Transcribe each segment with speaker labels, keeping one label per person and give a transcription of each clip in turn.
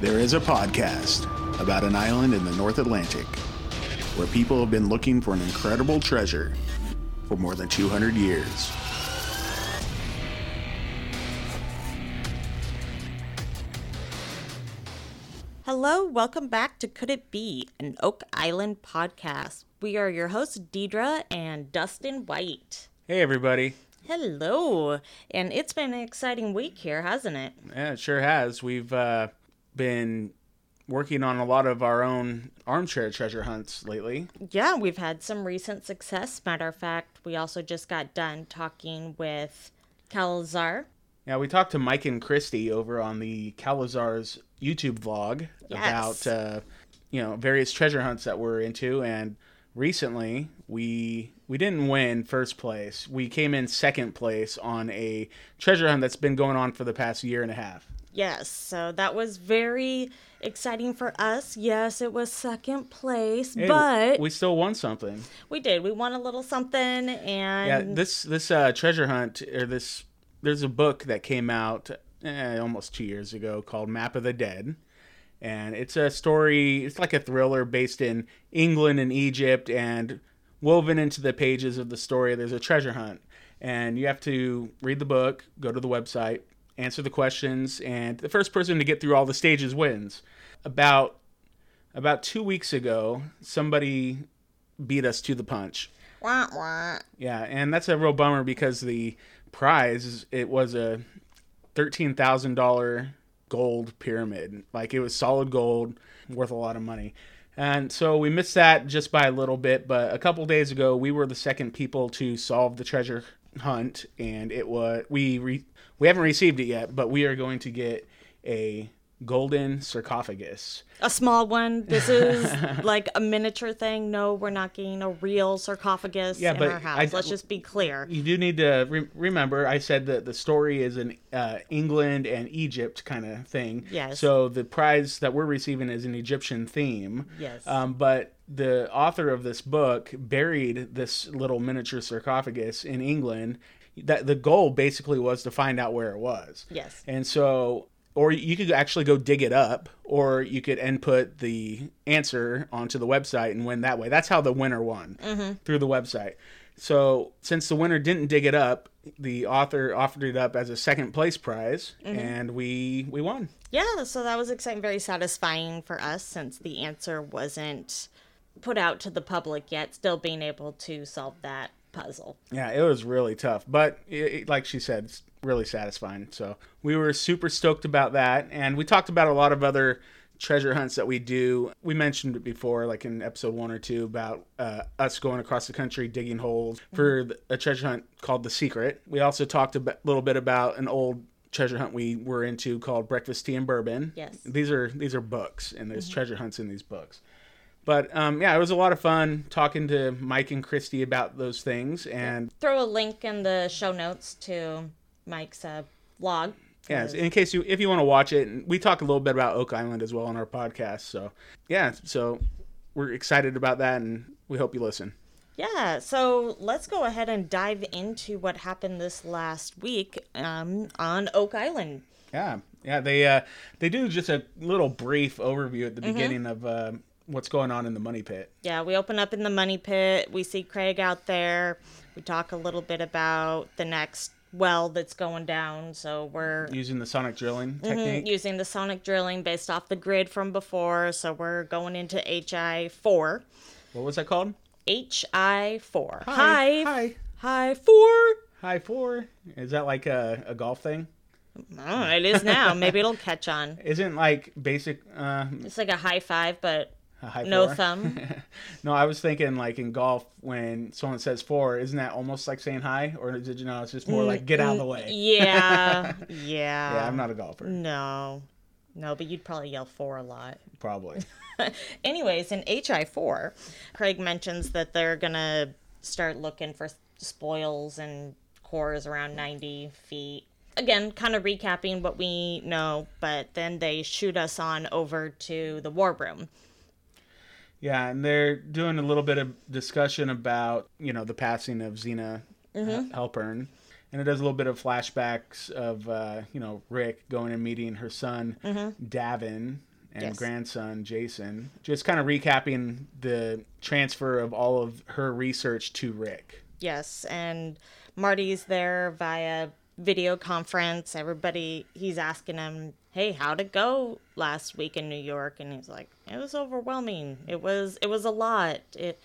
Speaker 1: There is a podcast about an island in the North Atlantic where people have been looking for an incredible treasure for more than 200 years.
Speaker 2: Hello, welcome back to Could It Be, an Oak Island podcast. We are your hosts, Deidre and Dustin White.
Speaker 3: Hey everybody.
Speaker 2: Hello, and it's been an exciting week here, hasn't it?
Speaker 3: Yeah, it sure has. We've uh, been working on a lot of our own armchair treasure hunts lately.
Speaker 2: Yeah, we've had some recent success. Matter of fact, we also just got done talking with Calzar.
Speaker 3: Yeah, we talked to Mike and Christy over on the Calazar's YouTube vlog
Speaker 2: Yes.
Speaker 3: about uh, you know various treasure hunts that we're into, and recently we we didn't win first place. We came in second place on a treasure hunt that's been going on for the past year and a half.
Speaker 2: Yes, so that was very exciting for us. Yes, it was second place,
Speaker 3: Hey,
Speaker 2: but
Speaker 3: we still won something.
Speaker 2: we did. We won a little something,
Speaker 3: Yeah,
Speaker 2: and
Speaker 3: this this uh, treasure hunt or this there's a book that came out eh, almost two years ago called Map of the Dead, and it's a story. It's like a thriller based in England and Egypt, and woven into the pages of the story, there's a treasure hunt, and you have to read the book, go to the website, answer the questions, and the first person to get through all the stages wins. About about two weeks ago, somebody beat us to the punch.
Speaker 2: wah, wah.
Speaker 3: Yeah, and that's a real bummer because the prize is- it was a thirteen thousand dollar gold pyramid. Like it was solid gold, worth a lot of money. And so we missed that just by a little bit, but a couple days ago we were the second people to solve the treasure hunt, and it was we re, we haven't received it yet, but we are going to get a golden sarcophagus.
Speaker 2: a small one. This is like a miniature thing. No, we're not getting a real sarcophagus
Speaker 3: Yeah,
Speaker 2: in
Speaker 3: but
Speaker 2: our house.
Speaker 3: I-
Speaker 2: Let's just be clear.
Speaker 3: You do need to re- remember. I said that the story is an uh, England and Egypt kind of thing.
Speaker 2: Yes.
Speaker 3: So the prize that we're receiving is an Egyptian theme.
Speaker 2: Yes.
Speaker 3: Um, but the author of this book buried this little miniature sarcophagus in England. That the goal basically was to find out where it was.
Speaker 2: Yes.
Speaker 3: And so, or you could actually go dig it up, or you could input the answer onto the website and win that way. That's how the winner won through the website. So, since the winner didn't dig it up, the author offered it up as a second place prize, and we we won.
Speaker 2: Yeah, so that was exciting, very satisfying for us since the answer wasn't put out to the public yet. Still being able to solve that puzzle.
Speaker 3: Yeah, it was really tough, but it, it- like she said, it's really satisfying. So we were super stoked about that, and we talked about a lot of other treasure hunts that we do. We mentioned it before, like in episode one or two, about uh, us going across the country digging holes for th- a treasure hunt called The Secret. We also talked a bit- little bit about an old treasure hunt we were into called Breakfast Tea and Bourbon.
Speaker 2: Yes.
Speaker 3: these are these are books, and there's treasure hunts in these books. But um, yeah, it was a lot of fun talking to Mike and Christy about those things, and
Speaker 2: Throw a link in the show notes to Mike's uh, blog.
Speaker 3: Yeah, in case you if you want to watch it, and we talk a little bit about Oak Island as well on our podcast. So yeah, so we're excited about that, and we hope you listen.
Speaker 2: Yeah, so let's go ahead and dive into what happened this last week um, on Oak Island.
Speaker 3: Yeah, yeah, they uh, they do just a little brief overview at the beginning of uh, what's going on in the money pit.
Speaker 2: Yeah, we open up in the money pit. We see Craig out there. We talk a little bit about the next well that's going down. So we're
Speaker 3: Using the sonic drilling technique,
Speaker 2: using the sonic drilling based off the grid from before. So we're going into HI4.
Speaker 3: what was that called?
Speaker 2: HI4.
Speaker 3: Hi.
Speaker 2: Hi.
Speaker 3: hi,
Speaker 2: Hi, 4.
Speaker 3: hi four. Is that like a, a golf thing?
Speaker 2: Oh, it is now. Maybe it'll catch on.
Speaker 3: Isn't like basic uh,
Speaker 2: It's like a high five, but
Speaker 3: a high
Speaker 2: no
Speaker 3: four?
Speaker 2: thumb.
Speaker 3: No, I was thinking like in golf when someone says four, isn't that almost like saying hi? Or did you know it's just more like get out of the way?
Speaker 2: Yeah. Yeah.
Speaker 3: Yeah, I'm not a golfer,
Speaker 2: No. No, but you'd probably yell 4 a lot.
Speaker 3: probably.
Speaker 2: Anyways, in HI4, Craig mentions that they're going to start looking for spoils and cores around 90 feet. Again, kind of recapping what we know, but then they shoot us on over to the war room.
Speaker 3: Yeah, and they're doing a little bit of discussion about you know the passing of Xena Halpern, and it does a little bit of flashbacks of uh, you know Rick going and meeting her son Davin, and
Speaker 2: Yes.
Speaker 3: grandson Jason, just kind of recapping the transfer of all of her research to Rick.
Speaker 2: Yes, and Marty's there via video conference. Everybody, he's asking him, "Hey, how'd it go last week in New York?" And he's like, "It was overwhelming. It was it was a lot. It."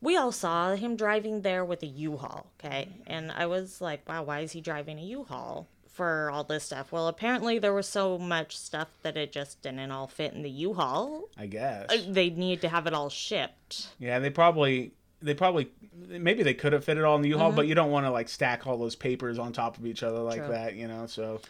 Speaker 2: We all saw him driving there with a U-Haul, okay? And I was like, "Wow, why is he driving a U-Haul for all this stuff?" Well, apparently there was so much stuff that it just didn't all fit in the U-Haul.
Speaker 3: I guess.
Speaker 2: They need to have it all shipped.
Speaker 3: Yeah, they probably they probably maybe they could have fit it all in the U-Haul, but you don't want to like stack all those papers on top of each other like
Speaker 2: Mm-hmm. True.
Speaker 3: that, you know. So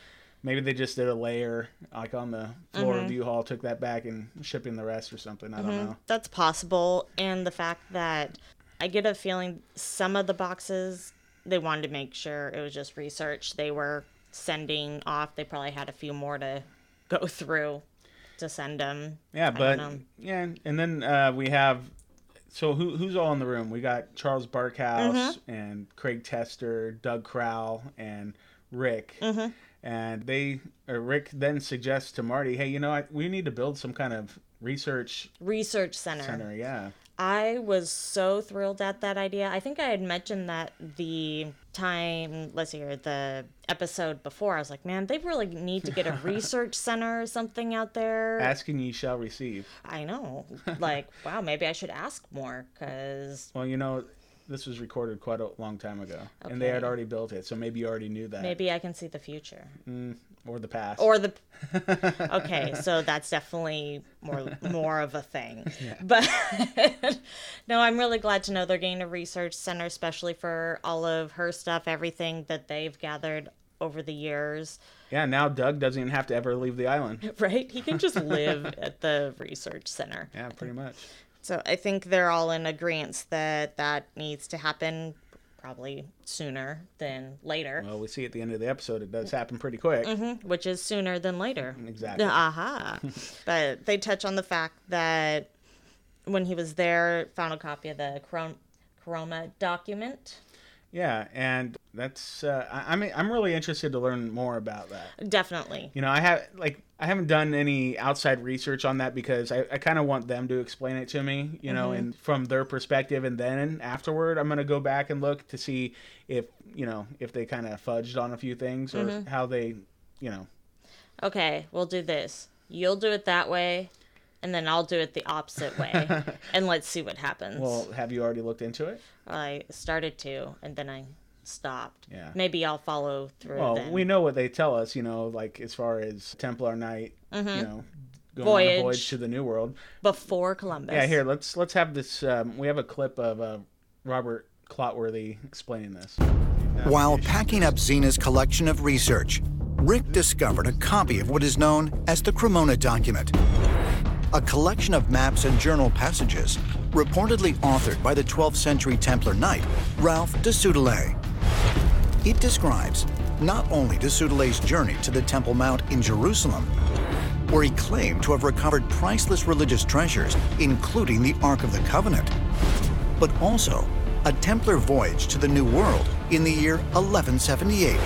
Speaker 3: maybe they just did a layer like on the floor
Speaker 2: Mm-hmm.
Speaker 3: of the U-Haul, took that back and shipping the rest or something. I don't know.
Speaker 2: That's possible. And the fact that I get a feeling some of the boxes, they wanted to make sure it was just research they were sending off. They probably had a few more to go through to send them.
Speaker 3: Yeah, but
Speaker 2: know.
Speaker 3: yeah, and then uh, we have so who who's all in the room? We got Charles Barkhouse
Speaker 2: Mm-hmm.
Speaker 3: and Craig Tester, Doug Crowell, and Rick.
Speaker 2: Mm-hmm.
Speaker 3: And they or Rick then suggests to Marty, "Hey, you know, I, we need to build some kind of research
Speaker 2: Research center.
Speaker 3: center." Yeah,
Speaker 2: I was so thrilled at that idea. I think I had mentioned that the time, let's see here, the episode before. I was like, man, they really need to get a research center or something out there.
Speaker 3: asking ye shall receive.
Speaker 2: I know. Like, wow, maybe I should ask more because
Speaker 3: Well, you know, this was recorded quite a long time ago, and they had
Speaker 2: Okay.
Speaker 3: already built it, so maybe you already knew that,
Speaker 2: maybe I can see the future
Speaker 3: or the past,
Speaker 2: or the. Okay, so that's definitely more more of a thing. But no, I'm really glad to know they're getting a research center, especially for all of her stuff, everything that they've gathered over the years.
Speaker 3: yeah. Now Doug doesn't even have to ever leave the island.
Speaker 2: Right? He can just live at the research center.
Speaker 3: Yeah, pretty much.
Speaker 2: So I think they're all in agreement that that needs to happen probably sooner than later.
Speaker 3: Well, we see at the end of the episode, it does happen pretty quick.
Speaker 2: which is sooner than later.
Speaker 3: Exactly.
Speaker 2: Aha. but they touch on the fact that when he was there, found a copy of the Corona, Corona document.
Speaker 3: Yeah, and that's uh, I, I'm I'm really interested to learn more about that.
Speaker 2: Definitely.
Speaker 3: You know, I have like I haven't done any outside research on that because I, I kind of want them to explain it to me. You know, and from their perspective, and then afterward, I'm gonna go back and look to see if you know if they kind of fudged on a few things or how they, you know,
Speaker 2: Okay, we'll do this. You'll do it that way, and then I'll do it the opposite way, and let's see what happens.
Speaker 3: well, have you already looked into it?
Speaker 2: I started to, and then I stopped.
Speaker 3: Yeah.
Speaker 2: Maybe I'll follow through.
Speaker 3: Well,
Speaker 2: then.
Speaker 3: we know what they tell us, you know, like as far as Templar Knight, you know, going on a
Speaker 2: Voyage.
Speaker 3: voyage to the New World.
Speaker 2: before Columbus.
Speaker 3: Yeah, here let's let's have this. Um, we have a clip of uh, Robert Clotworthy explaining this.
Speaker 4: While packing up Xena's collection of research, Rick discovered a copy of what is known as the Cremona document, a collection of maps and journal passages reportedly authored by the 12th century Templar knight Ralph de Soudelay. It describes not only de Soudelay's journey to the Temple Mount in Jerusalem, where he claimed to have recovered priceless religious treasures, including the Ark of the Covenant, but also a Templar voyage to the New World in the year 1178,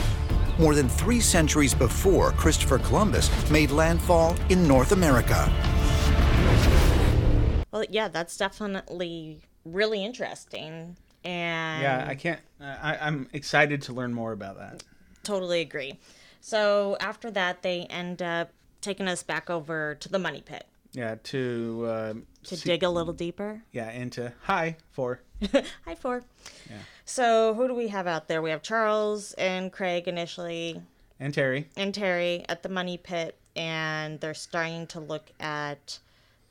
Speaker 4: more than three centuries before Christopher Columbus made landfall in North America.
Speaker 2: Well, yeah, that's definitely really interesting. And
Speaker 3: Yeah, I can't. uh, I, I'm excited to learn more about that.
Speaker 2: totally agree. So after that, they end up taking us back over to the money pit
Speaker 3: Yeah, to uh,
Speaker 2: to dig a little deeper.
Speaker 3: yeah, and to hi for
Speaker 2: Hi, four. So who do we have out there? We have Charles and Craig initially,
Speaker 3: and Terry.
Speaker 2: and Terry at the money pit, and they're starting to look at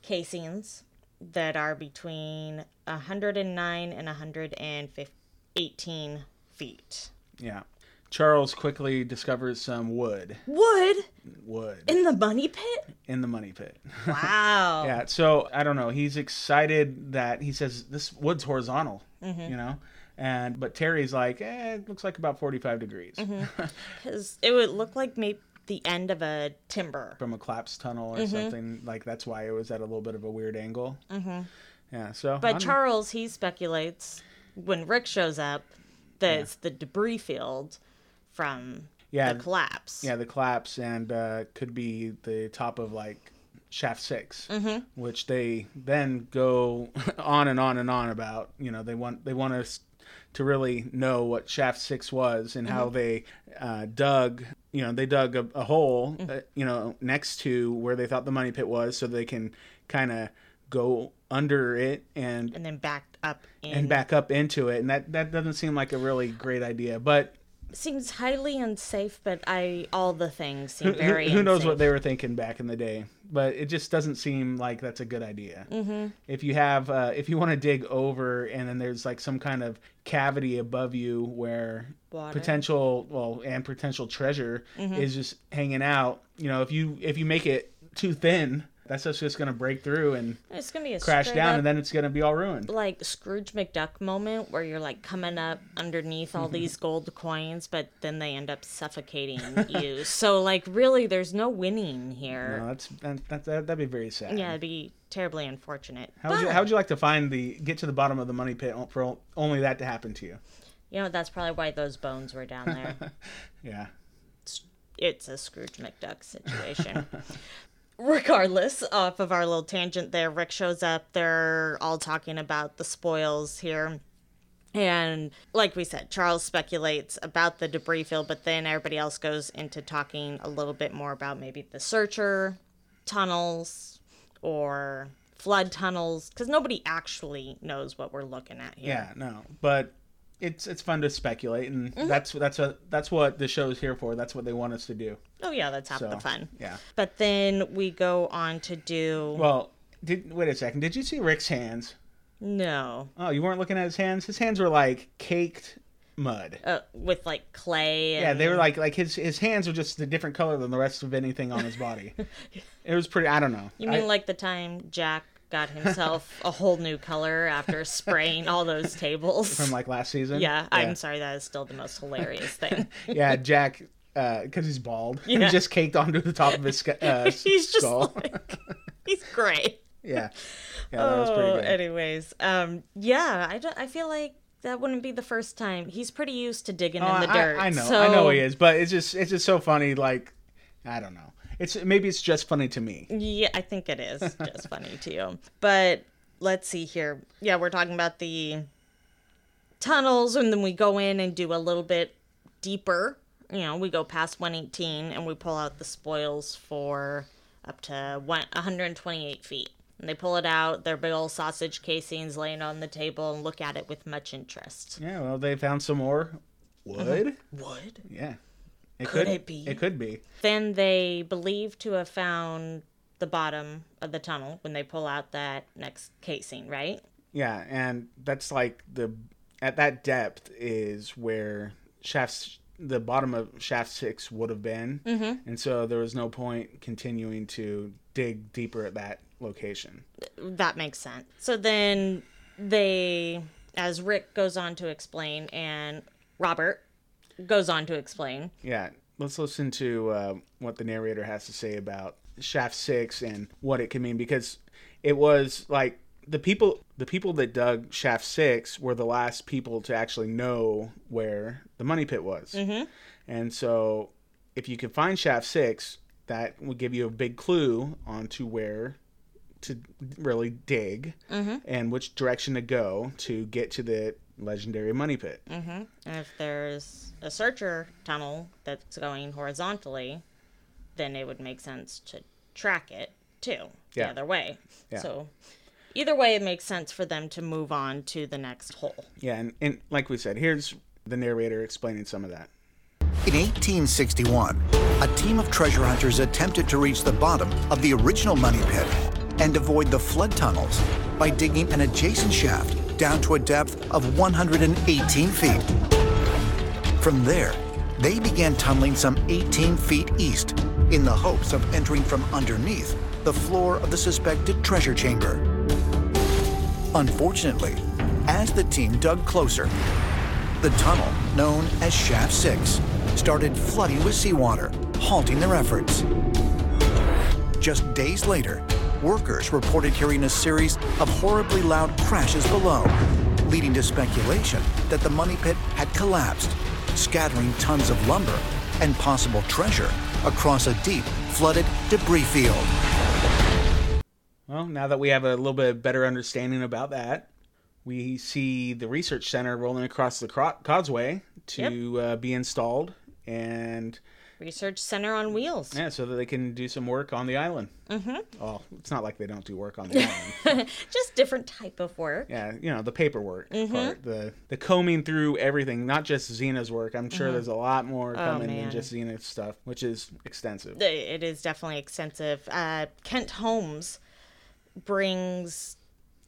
Speaker 2: casings that are between 109 and 118 feet.
Speaker 3: Yeah, Charles quickly discovers some wood,
Speaker 2: Wood
Speaker 3: wood
Speaker 2: in the money pit?
Speaker 3: in the money pit.
Speaker 2: Wow.
Speaker 3: Yeah, so I don't know. He's excited that he says this wood's horizontal,
Speaker 2: Mm-hmm.
Speaker 3: you know, and but Terry's like, eh, it looks like about forty-five degrees
Speaker 2: Mm-hmm. Because it would look like maybe the end of a timber.
Speaker 3: from a collapsed tunnel or
Speaker 2: Mm-hmm.
Speaker 3: something. Like that's why it was at a little bit of a weird angle. Mm-hmm. Yeah, so
Speaker 2: But
Speaker 3: I'm-
Speaker 2: Charles, he speculates when Rick shows up that it's the debris field from
Speaker 3: Yeah.
Speaker 2: the collapse.
Speaker 3: yeah, the collapse and uh, could be the top of like Shaft 6 which they then go on and on and on about. You know, they want they want us to really know what Shaft Six was and how they uh, dug. You know, they dug a, a hole. Uh, you know, next to where they thought the money pit was, so they can kind of go under it and
Speaker 2: and then backed up in.
Speaker 3: and back up into it. And that that doesn't seem like a really great idea, but.
Speaker 2: seems highly unsafe, but I all the things seem
Speaker 3: Who-
Speaker 2: very.
Speaker 3: who, knows what
Speaker 2: unsafe.
Speaker 3: they were thinking back in the day but it just doesn't seem like that's a good idea mm-hmm. if you have uh, if you want to dig over and then there's like some kind of cavity above you where
Speaker 2: Water. Mm-hmm.
Speaker 3: potential well and potential treasure is just hanging out you know if you if you make it too thin that stuff's just gonna break through and
Speaker 2: It's gonna be a
Speaker 3: crash
Speaker 2: straight
Speaker 3: down
Speaker 2: up,
Speaker 3: and then it's gonna be all ruined
Speaker 2: like Scrooge McDuck moment where you're like coming up underneath
Speaker 3: Mm-hmm.
Speaker 2: all these gold coins, but then they end up suffocating you. So like, really, there's no winning here.
Speaker 3: No, that's that, that, that, that'd be very sad
Speaker 2: Yeah, it'd be terribly unfortunate.
Speaker 3: how would, you,
Speaker 2: But,
Speaker 3: how would you like to find the get to the bottom of the money pit o- for only that to happen to you
Speaker 2: you know that's probably why those bones were down there.
Speaker 3: yeah
Speaker 2: it's a Scrooge McDuck situation. Regardless, off of our little tangent there, Rick shows up. They're all talking about the spoils here. And like we said, Charles speculates about the debris field, but then everybody else goes into talking a little bit more about maybe the searcher tunnels or flood tunnels because nobody actually knows what we're looking at here.
Speaker 3: Yeah, no, but it's it's fun to speculate, and
Speaker 2: Mm-hmm.
Speaker 3: that's that's a that's what the show's here for. That's what they want us to do.
Speaker 2: Oh, yeah, that's half the
Speaker 3: So,
Speaker 2: fun.
Speaker 3: yeah.
Speaker 2: But then we go on to do.
Speaker 3: Well, did wait a second. Did you see Rick's hands?
Speaker 2: no.
Speaker 3: Oh, you weren't looking at his hands. His hands were like caked mud.
Speaker 2: uh, with like clay. And
Speaker 3: yeah, they were like like his his hands were just a different color than the rest of anything on his body. it was pretty. I don't know.
Speaker 2: You mean like the time Jack got himself a whole new color after spraying all those tables?
Speaker 3: From like last season.
Speaker 2: yeah, I'm sorry. That is still the most hilarious thing.
Speaker 3: Yeah, Jack. Because he's bald, He
Speaker 2: Yeah.
Speaker 3: just caked onto the top of his sc- uh,
Speaker 2: He's just
Speaker 3: skull.
Speaker 2: like he's great.
Speaker 3: yeah, yeah, that was pretty
Speaker 2: Oh,
Speaker 3: good.
Speaker 2: anyways, um, yeah, I, don't- I feel like that wouldn't be the first time. He's pretty used to digging in the
Speaker 3: Oh, I-
Speaker 2: dirt.
Speaker 3: I, I know,
Speaker 2: so
Speaker 3: I know he is, but it's just it's just so funny. Like, I don't know. It's maybe it's just funny to me.
Speaker 2: Yeah, I think it is just funny to you. But let's see here. Yeah, we're talking about the tunnels, and then we go in and do a little bit deeper. You know, we go past 118 and we pull out the spoils for up to one, 128 feet. And they pull it out, their big old sausage casings laying on the table and look at it with much interest.
Speaker 3: Yeah, well, they found some more wood.
Speaker 2: Would?
Speaker 3: Yeah,
Speaker 2: Uh-huh.
Speaker 3: it
Speaker 2: Could it be?
Speaker 3: It could be.
Speaker 2: Then they believe to have found the bottom of the tunnel when they pull out that next casing, right?
Speaker 3: Yeah, and that's like the at that depth is where shafts the bottom of shaft six would have been, mm-hmm. and so there was no point continuing to dig deeper at that location.
Speaker 2: that makes sense. So then they, as Rick goes on to explain, and Robert goes on to explain.
Speaker 3: Yeah, let's listen to uh, what the narrator has to say about Shaft Six and what it can mean because it was like the people the people that dug Shaft Six were the last people to actually know where the money pit was, mm-hmm. and so if you could find Shaft Six, that would give you a big clue on to where to really dig and which direction to go to get to the legendary money pit.
Speaker 2: And if there's a searcher tunnel that's going horizontally, then it would make sense to track it too, the
Speaker 3: Yeah.
Speaker 2: other way.
Speaker 3: Yeah.
Speaker 2: So either way, it makes sense for them to move on to the next hole.
Speaker 3: Yeah, and, and like we said, here's the narrator explaining some of that.
Speaker 4: In 1861, a team of treasure hunters attempted to reach the bottom of the original money pit and avoid the flood tunnels by digging an adjacent shaft down to a depth of 118 feet. From there, they began tunneling some 18 feet east in the hopes of entering from underneath the floor of the suspected treasure chamber. Unfortunately, as the team dug closer, the tunnel, known as Shaft 6, started flooding with seawater, halting their efforts. Just days later, workers reported hearing a series of horribly loud crashes below, leading to speculation that the money pit had collapsed, scattering tons of lumber and possible treasure across a deep, flooded debris field.
Speaker 3: Well, now that we have a little bit better understanding about that, we see the research center rolling across the cro- causeway to uh, be installed, and
Speaker 2: Research center on wheels.
Speaker 3: yeah, so that they can do some work on the island. Mm-hmm. Oh, it's not like they don't do work on the island.
Speaker 2: Just different type of work.
Speaker 3: yeah, you know the paperwork part, the the combing through everything, not just Xena's work. I'm sure there's a lot more coming than
Speaker 2: man.
Speaker 3: just Xena's stuff, which is extensive.
Speaker 2: It is definitely extensive. Uh, Kent Holmes brings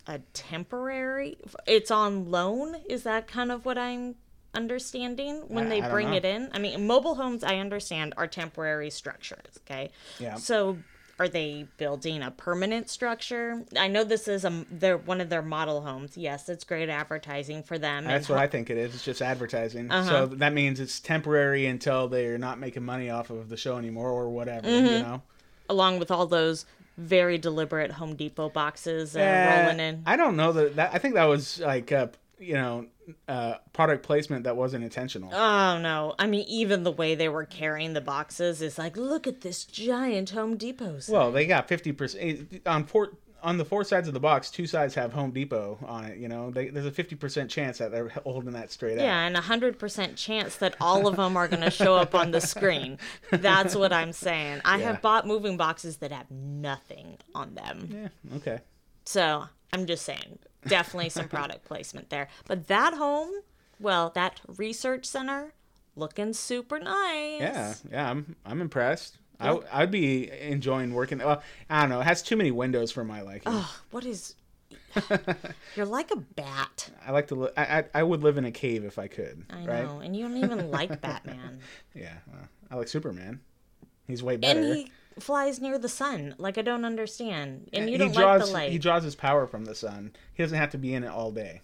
Speaker 2: a temporary. It's on loan. Is that kind of what I'm understanding when
Speaker 3: I-
Speaker 2: they
Speaker 3: I don't
Speaker 2: bring
Speaker 3: know.
Speaker 2: it in? I mean, mobile homes, I understand, are temporary structures. Okay.
Speaker 3: Yeah.
Speaker 2: So. Are they building a permanent structure? I know this is a they're one of their model homes. Yes, it's great advertising for them. and
Speaker 3: That's what I think it is. It's just advertising.
Speaker 2: Uh-huh.
Speaker 3: So that means it's temporary until they're not making money off of the show anymore or whatever. You
Speaker 2: Mm-hmm.
Speaker 3: know,
Speaker 2: along with all those very deliberate Home Depot boxes uh,
Speaker 3: Uh,
Speaker 2: rolling in.
Speaker 3: I don't know that, that. I think that was like uh, you know uh, product placement that wasn't intentional.
Speaker 2: oh no! I mean, even the way they were carrying the boxes is like, look at this giant Home Depot. sign."
Speaker 3: well, they got fifty percent on four on the four sides of the box. Two sides have Home Depot on it. You know, they, there's a fifty percent chance that they're holding that straight
Speaker 2: yeah, and a hundred percent chance that all of them are going to show up on the screen. That's what I'm saying. I
Speaker 3: Yeah.
Speaker 2: have bought moving boxes that have nothing on them.
Speaker 3: out. Yeah. Okay.
Speaker 2: So I'm just saying, definitely some product placement there. But that home, well, that research center, looking super nice.
Speaker 3: Yeah, yeah, I'm I'm impressed. I w- I'd be enjoying working. Well, I don't know. It has too many windows for my liking.
Speaker 2: What is? You're like a bat.
Speaker 3: I like to. Li- I, I I would live in a cave if I could.
Speaker 2: I
Speaker 3: right?
Speaker 2: know, and you don't even like Batman.
Speaker 3: Yeah. well, I like Superman. He's way better.
Speaker 2: and he flies near the sun. Like I don't understand. And you
Speaker 3: He
Speaker 2: don't
Speaker 3: draws.
Speaker 2: like the light.
Speaker 3: He draws his power from the sun. He doesn't have to be in it all day.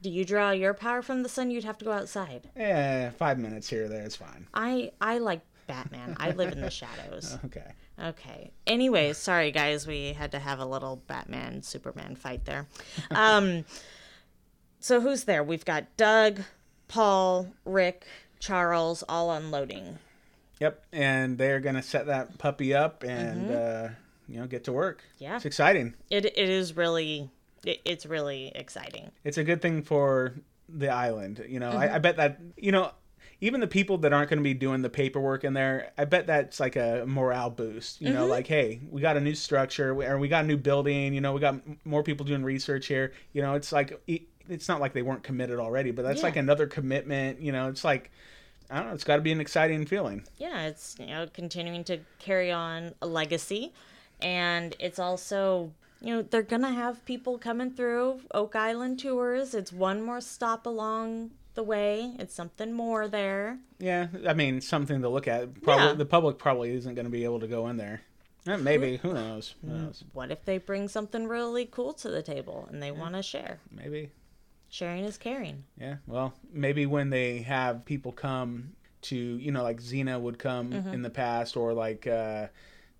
Speaker 2: Do you draw your power from the sun? You'd have to go outside.
Speaker 3: Yeah, Eh, five minutes here or there. It's fine.
Speaker 2: I I like Batman. I live in the shadows.
Speaker 3: Okay.
Speaker 2: Okay. Anyways, sorry guys, we had to have a little Batman Superman fight there. Um so who's there? We've got Doug, Paul, Rick, Charles all unloading.
Speaker 3: Yep. And they're gonna set that puppy up and uh, you know get to work.
Speaker 2: Mm-hmm. Yeah.
Speaker 3: It's exciting.
Speaker 2: It it is really it, it's really exciting.
Speaker 3: it's a good thing for the island. You know,
Speaker 2: Mm-hmm.
Speaker 3: I, I bet that you know, even the people that aren't going to be doing the paperwork in there, I bet that's like a morale boost. You know,
Speaker 2: Mm-hmm.
Speaker 3: like hey, we got a new structure, we- or we got a new building. You know, we got m- more people doing research here. You know, it's like it- it's not like they weren't committed already, but that's
Speaker 2: Yeah.
Speaker 3: like another commitment. You know, it's like. I don't know. It's got to be an exciting feeling.
Speaker 2: Yeah, it's you know continuing to carry on a legacy and it's also you know they're going to have people coming through Oak Island tours. It's one more stop along the way. It's something more there.
Speaker 3: Yeah, I mean, something to look at. Probably
Speaker 2: Yeah.
Speaker 3: the public probably isn't going to be able to go in there. Eh, Maybe who knows? Who
Speaker 2: Mm.
Speaker 3: knows?
Speaker 2: what if they bring something really cool to the table and they want to share?
Speaker 3: Maybe
Speaker 2: Sharing is caring.
Speaker 3: Yeah, well, maybe when they have people come to, you know, like Xena would come
Speaker 2: Mm-hmm.
Speaker 3: in the past, or like uh,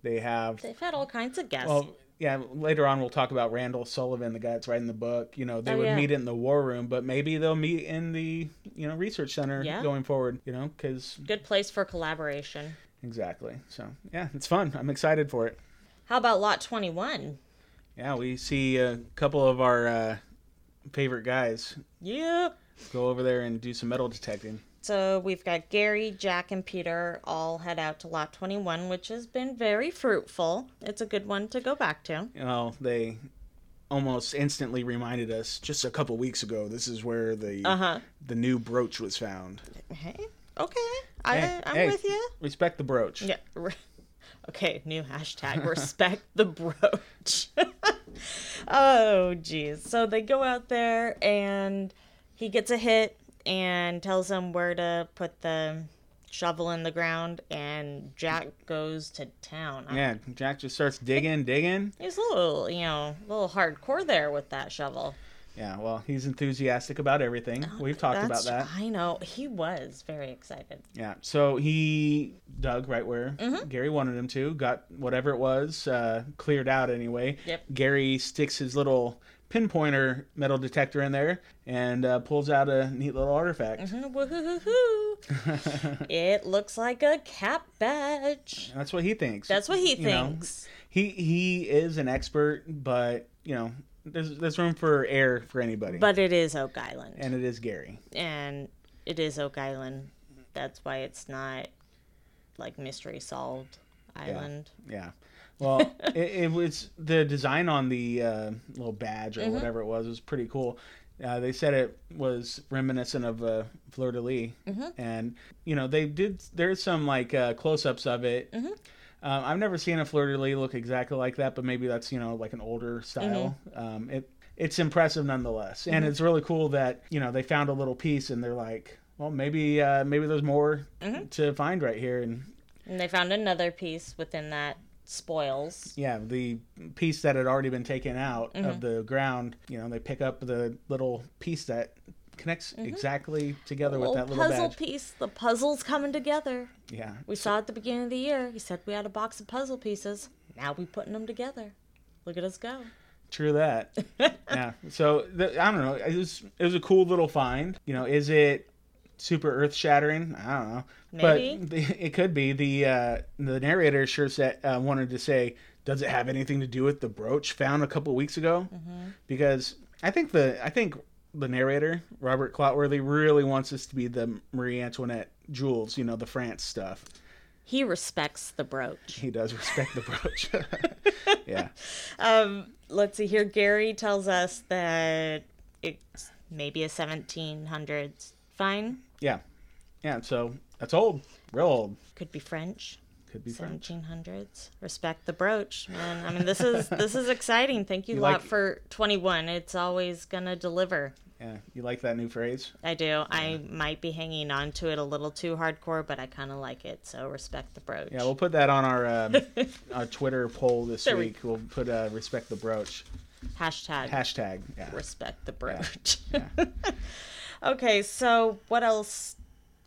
Speaker 3: they have.
Speaker 2: They've had all kinds of guests.
Speaker 3: Well, yeah, later on we'll talk about Randall Sullivan, the guy that's writing the book. You know, they
Speaker 2: Oh,
Speaker 3: would
Speaker 2: yeah.
Speaker 3: meet in the war room, but maybe they'll meet in the, you know, research center
Speaker 2: Yeah.
Speaker 3: going forward, you know, because
Speaker 2: Good place for collaboration.
Speaker 3: exactly. So, yeah, it's fun. I'm excited for it.
Speaker 2: How about Lot 21?
Speaker 3: Yeah, we see a couple of our uh, favorite guys
Speaker 2: Yep.
Speaker 3: go over there and do some metal detecting.
Speaker 2: So we've got Gary, Jack, and Peter all head out to Lot 21, which has been very fruitful. It's a good one to go back to.
Speaker 3: you know, they almost instantly reminded us just a couple weeks ago this is where the
Speaker 2: Uh-huh.
Speaker 3: the new brooch was found.
Speaker 2: Hey, okay. I,
Speaker 3: Hey,
Speaker 2: I'm
Speaker 3: hey,
Speaker 2: with you.
Speaker 3: Respect the brooch.
Speaker 2: Yeah. re- Okay, new hashtag respect the brooch. oh, geez. So they go out there and he gets a hit and tells them where to put the shovel in the ground, and Jack goes to town. I-
Speaker 3: Yeah, Jack just starts digging, digging.
Speaker 2: He's a little, you know, a little hardcore there with that shovel.
Speaker 3: Yeah, well, he's enthusiastic about everything. We've talked about
Speaker 2: Oh, That's-
Speaker 3: that.
Speaker 2: I know. He was very excited.
Speaker 3: Yeah, so he dug right where
Speaker 2: Mm-hmm.
Speaker 3: Gary wanted him to, got whatever it was uh, cleared out anyway.
Speaker 2: Yep.
Speaker 3: Gary sticks his little pinpointer metal detector in there and uh, pulls out a neat little artifact.
Speaker 2: Mm-hmm. Woo-hoo-hoo-hoo. it looks like a cap badge.
Speaker 3: That's what he thinks.
Speaker 2: That's what he
Speaker 3: You know,
Speaker 2: thinks.
Speaker 3: he he is an expert, but you know, there's there's room for air for anybody.
Speaker 2: But it is Oak Island.
Speaker 3: and it is Gary.
Speaker 2: and it is Oak Island. That's why it's not like Mystery Solved Island.
Speaker 3: Yeah. Well, it, it was the design on the uh, little badge or whatever it was was pretty cool. Uh, they said it was reminiscent of uh, Fleur de Lis, and you know they did. There's some like uh, close-ups of it. Um, I've never seen a Fleur de Lis look exactly like that, but maybe that's you know like an older style. Um, it it's impressive nonetheless, and it's really cool that you know they found a little piece and they're like, well, maybe uh, maybe there's more to find right here, and
Speaker 2: And they found another piece within that spoils.
Speaker 3: yeah, the piece that had already been taken out
Speaker 2: Mm-hmm.
Speaker 3: of the ground, you know, they pick up the little piece that connects exactly together with
Speaker 2: Mm-hmm. Little
Speaker 3: that little
Speaker 2: puzzle
Speaker 3: badge.
Speaker 2: piece. The puzzle's coming together.
Speaker 3: yeah.
Speaker 2: We saw at the beginning of the year. He said we had a box of puzzle pieces. Now we putting them together. Look at us go.
Speaker 3: True that. yeah. So the, I don't know. It was it was a cool little find. You know, is it super earth shattering? I don't know.
Speaker 2: Maybe.
Speaker 3: But the, it could be. The uh, the narrator sure said uh, wanted to say, does it have anything to do with the brooch found a couple weeks ago? Because I think the I think the narrator Robert Clotworthy really wants this to be the Marie Antoinette jewels. You know, the France stuff.
Speaker 2: He respects the brooch.
Speaker 3: He does respect the brooch. yeah.
Speaker 2: Let's see here. Gary tells us that it's maybe a 1700s find.
Speaker 3: Yeah. Yeah. So that's old. Real old.
Speaker 2: Could be French.
Speaker 3: Could be French.
Speaker 2: seventeen hundreds. Respect the brooch, man. I mean, this is this is exciting. Thank you,
Speaker 3: You
Speaker 2: lot
Speaker 3: like-
Speaker 2: for twenty one. It's always gonna deliver.
Speaker 3: Yeah, you like that new phrase?
Speaker 2: I do. I might be hanging on to it a little too hardcore, but I kind of like it. So respect the brooch.
Speaker 3: Yeah, we'll put that on our um, our Twitter poll this
Speaker 2: There we-
Speaker 3: week. We'll put uh, respect the brooch
Speaker 2: Hashtag
Speaker 3: hashtag. Yeah,
Speaker 2: respect the brooch. okay, so what else?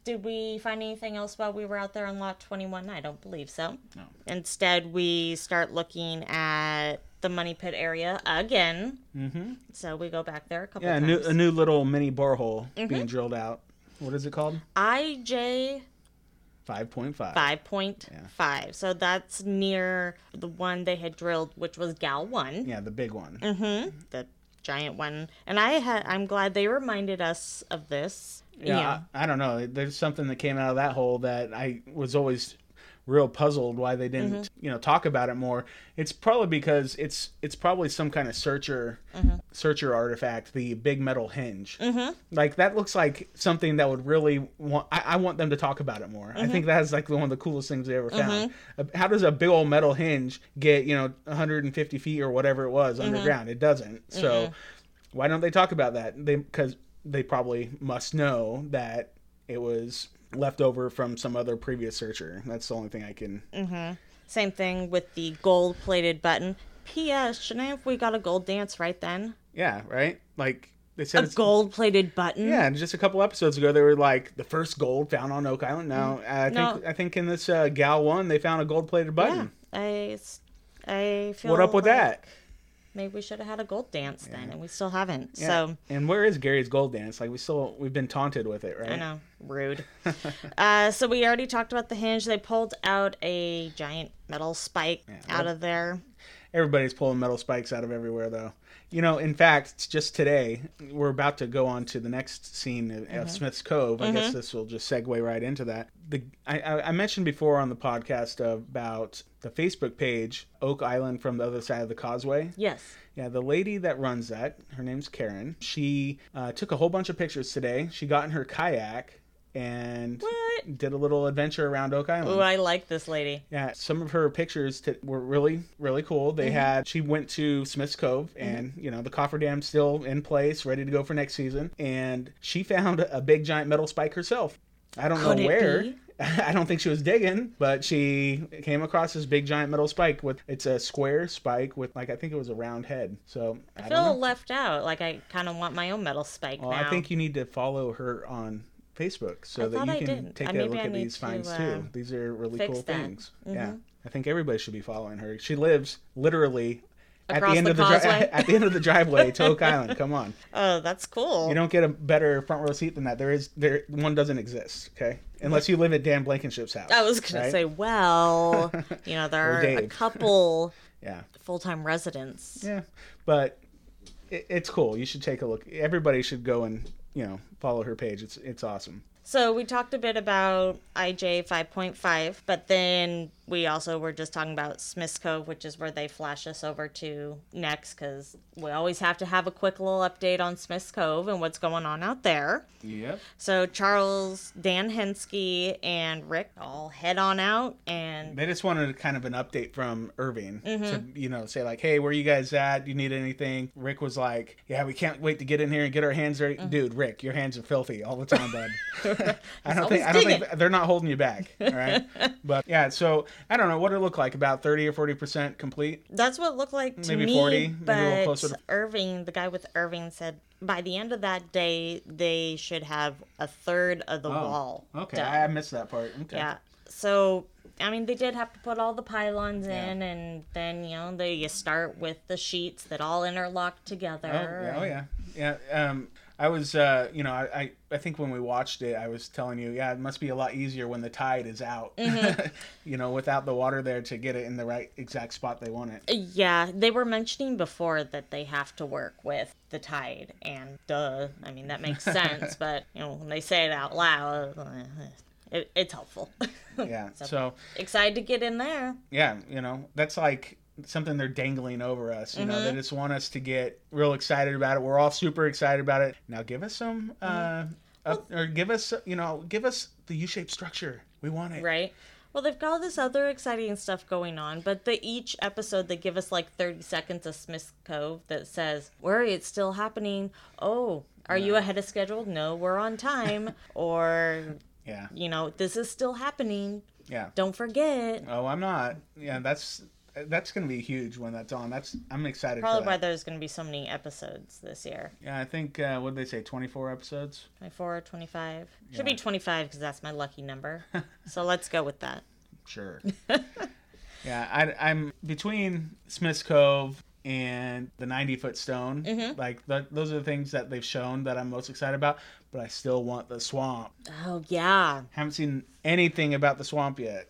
Speaker 2: Did we find anything else while we were out there on lot twenty one? I don't believe so. No. Instead, we start looking at the money pit area again. Mm-hmm. So we go back there a couple
Speaker 3: yeah, a
Speaker 2: times.
Speaker 3: new a new little mini borehole
Speaker 2: Mm-hmm.
Speaker 3: being drilled out. What is it called?
Speaker 2: IJ
Speaker 3: Five point five.
Speaker 2: five point five. So that's near the one they had drilled, which was Gal one,
Speaker 3: Yeah, the big
Speaker 2: Mm-hmm.
Speaker 3: one.
Speaker 2: the giant one. And I had I'm glad they reminded us of this.
Speaker 3: Yeah, I, I don't know. There's something that came out of that hole that I was always real puzzled why they didn't, you know, talk about it more. It's probably because it's it's probably some kind of searcher searcher artifact, the big metal hinge. Mm-hmm. Like that looks like something that would really want. I, I want them to talk about it more. I think that's like one of the coolest things they ever found. Uh, How does a big old metal hinge get you know 150 feet or whatever it was underground? It doesn't. So why don't they talk about that? They because they probably must know that it was left over from some other previous searcher. That's the only thing I can.
Speaker 2: Same thing with the gold plated button. P.S. Shouldn't I have we got a gold dance right then?
Speaker 3: Yeah, right. Like they said,
Speaker 2: A
Speaker 3: it's,
Speaker 2: gold plated button?
Speaker 3: yeah. And just a couple episodes ago, they were like the first gold found on Oak Island. Now I think
Speaker 2: Mm. No.
Speaker 3: I think in this uh, Gal one, they found a gold plated button.
Speaker 2: Yeah. I, s- I feel
Speaker 3: What up with
Speaker 2: like
Speaker 3: that?
Speaker 2: Maybe we should have had a gold dance then, and we still haven't.
Speaker 3: Yeah.
Speaker 2: So
Speaker 3: and where is Gary's gold dance? Like we still we've been taunted with it, right?
Speaker 2: I know, rude. uh, so we already talked about the hinge. They pulled out a giant metal spike out of there.
Speaker 3: Everybody's pulling metal spikes out of everywhere, though. You know, in fact, just today, we're about to go on to the next scene of, of Smith's Cove. I guess this will just segue right into that. The I, I I mentioned before on the podcast about the Facebook page, Oak Island from the other side of the causeway.
Speaker 2: Yes.
Speaker 3: Yeah, the lady that runs that, her name's Karen. She uh, took a whole bunch of pictures today. She got in her kayak and
Speaker 2: What?
Speaker 3: did a little adventure around Oak Island.
Speaker 2: Ooh, I like this lady.
Speaker 3: Yeah, some of her pictures t- were really, really cool.
Speaker 2: Mm-hmm.
Speaker 3: They had she went to Smith's Cove, and you know the cofferdam's still in place, ready to go for next season. And she found a big giant metal spike herself. I don't
Speaker 2: Could
Speaker 3: know
Speaker 2: it
Speaker 3: where.
Speaker 2: be?
Speaker 3: I don't think she was digging, but she came across this big giant metal spike with it's a square spike with like I think it was a round head. So I,
Speaker 2: I
Speaker 3: don't
Speaker 2: feel
Speaker 3: know.
Speaker 2: left out. Like I kind of want my own metal spike
Speaker 3: Well,
Speaker 2: now.
Speaker 3: I think you need to follow her on Facebook so
Speaker 2: I
Speaker 3: that
Speaker 2: thought
Speaker 3: you
Speaker 2: I
Speaker 3: can
Speaker 2: did.
Speaker 3: take
Speaker 2: Uh,
Speaker 3: a
Speaker 2: maybe
Speaker 3: look
Speaker 2: I
Speaker 3: at
Speaker 2: need
Speaker 3: these
Speaker 2: to,
Speaker 3: finds
Speaker 2: uh,
Speaker 3: too. These are really
Speaker 2: fix
Speaker 3: cool
Speaker 2: that. Mm-hmm.
Speaker 3: things. Yeah, I think everybody should be following her. She lives literally at
Speaker 2: Across
Speaker 3: the end
Speaker 2: the
Speaker 3: of the dri-
Speaker 2: causeway?
Speaker 3: at the end of the driveway to Oak Island. Come on,
Speaker 2: oh, that's cool.
Speaker 3: you don't get a better front row seat than that. There is there one doesn't exist. Okay, unless you live at Dan Blankenship's house.
Speaker 2: I was gonna
Speaker 3: right?
Speaker 2: say, well, you know, there are a
Speaker 3: Dave.
Speaker 2: couple
Speaker 3: Yeah.
Speaker 2: full time residents.
Speaker 3: Yeah. But it, it's cool. You should take a look. Everybody should go and, you know, follow her page. It's it's awesome.
Speaker 2: So we talked a bit about IJ 5.5, but then we also were just talking about Smith's Cove, which is where they flash us over to next because we always have to have a quick little update on Smith's Cove and what's going on out there.
Speaker 3: Yep.
Speaker 2: So Charles, Dan Hensky, and Rick all head on out and
Speaker 3: They just wanted kind of an update from Irving
Speaker 2: Mm-hmm.
Speaker 3: to, you know, say like, hey, where you guys at? Do you need anything? Rick was like, yeah, we can't wait to get in here and get our hands
Speaker 2: Mm-hmm.
Speaker 3: dirty. Dude, Rick, your hands are filthy all the time, bud. I don't think I don't think they're not holding you back, all right? but yeah, so I don't know what it looked like about 30 or 40 percent complete.
Speaker 2: That's what it looked like to
Speaker 3: Maybe
Speaker 2: me.
Speaker 3: 40, maybe a
Speaker 2: but
Speaker 3: little closer to-
Speaker 2: Irving, the guy with Irving, said by the end of that day they should have a third of the wall.
Speaker 3: Oh, Okay,
Speaker 2: done.
Speaker 3: I I missed that part. Okay.
Speaker 2: yeah. So I mean, they did have to put all the pylons in, and then you know they you start with the sheets that all interlock together.
Speaker 3: Oh, yeah, oh yeah, yeah. Um, I was, uh, you know, I, I, I think when we watched it, I was telling you, yeah, it must be a lot easier when the tide is out, you know, without the water there to get it in the right exact spot they want it.
Speaker 2: Yeah, they were mentioning before that they have to work with the tide, and duh, I mean that makes sense. but you know, when they say it out loud, uh, it, it's helpful.
Speaker 3: Yeah. so
Speaker 2: Excited to get in there.
Speaker 3: yeah, you know, that's like something they're dangling over us. You know, they just want us to get real excited about it. We're all super excited about it. Now give us some, uh, up, or give us, you know, give us the U-shaped structure. We want it.
Speaker 2: right? Well, they've got all this other exciting stuff going on, but the each episode they give us like 30 seconds of Smith's Cove that says, "Worry, it's still happening." Oh, are you ahead of schedule? No, we're on time. or,
Speaker 3: Yeah.
Speaker 2: you know, this is still happening.
Speaker 3: Yeah.
Speaker 2: Don't forget.
Speaker 3: Oh, I'm not. Yeah, that's that's gonna be huge when that's on. That's I'm excited.
Speaker 2: Probably
Speaker 3: for
Speaker 2: why
Speaker 3: that.
Speaker 2: there's going to be so many episodes this year.
Speaker 3: Yeah, I think uh, what did they say? 24 episodes.
Speaker 2: 24, 25. Should be 25 because that's my lucky number. so let's go with that.
Speaker 3: Sure. yeah, I, I'm between Smith's Cove and the 90 foot stone.
Speaker 2: Mm-hmm.
Speaker 3: Like th- those are the things that they've shown that I'm most excited about. But I still want the swamp.
Speaker 2: Oh, yeah.
Speaker 3: Haven't seen anything about the swamp yet.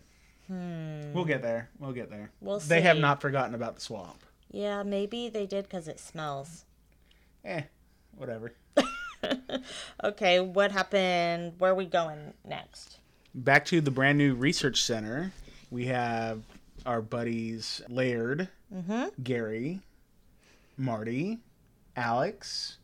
Speaker 3: We'll get there. We'll get there.
Speaker 2: Hmm. We'll
Speaker 3: they have
Speaker 2: see.
Speaker 3: not forgotten about the swamp.
Speaker 2: Yeah, maybe they did because it smells.
Speaker 3: Eh, whatever.
Speaker 2: Okay, what happened? Where are we going next?
Speaker 3: back to the brand new research center. We have our buddies Laird,
Speaker 2: Mm-hmm.
Speaker 3: Gary, Marty, Alex,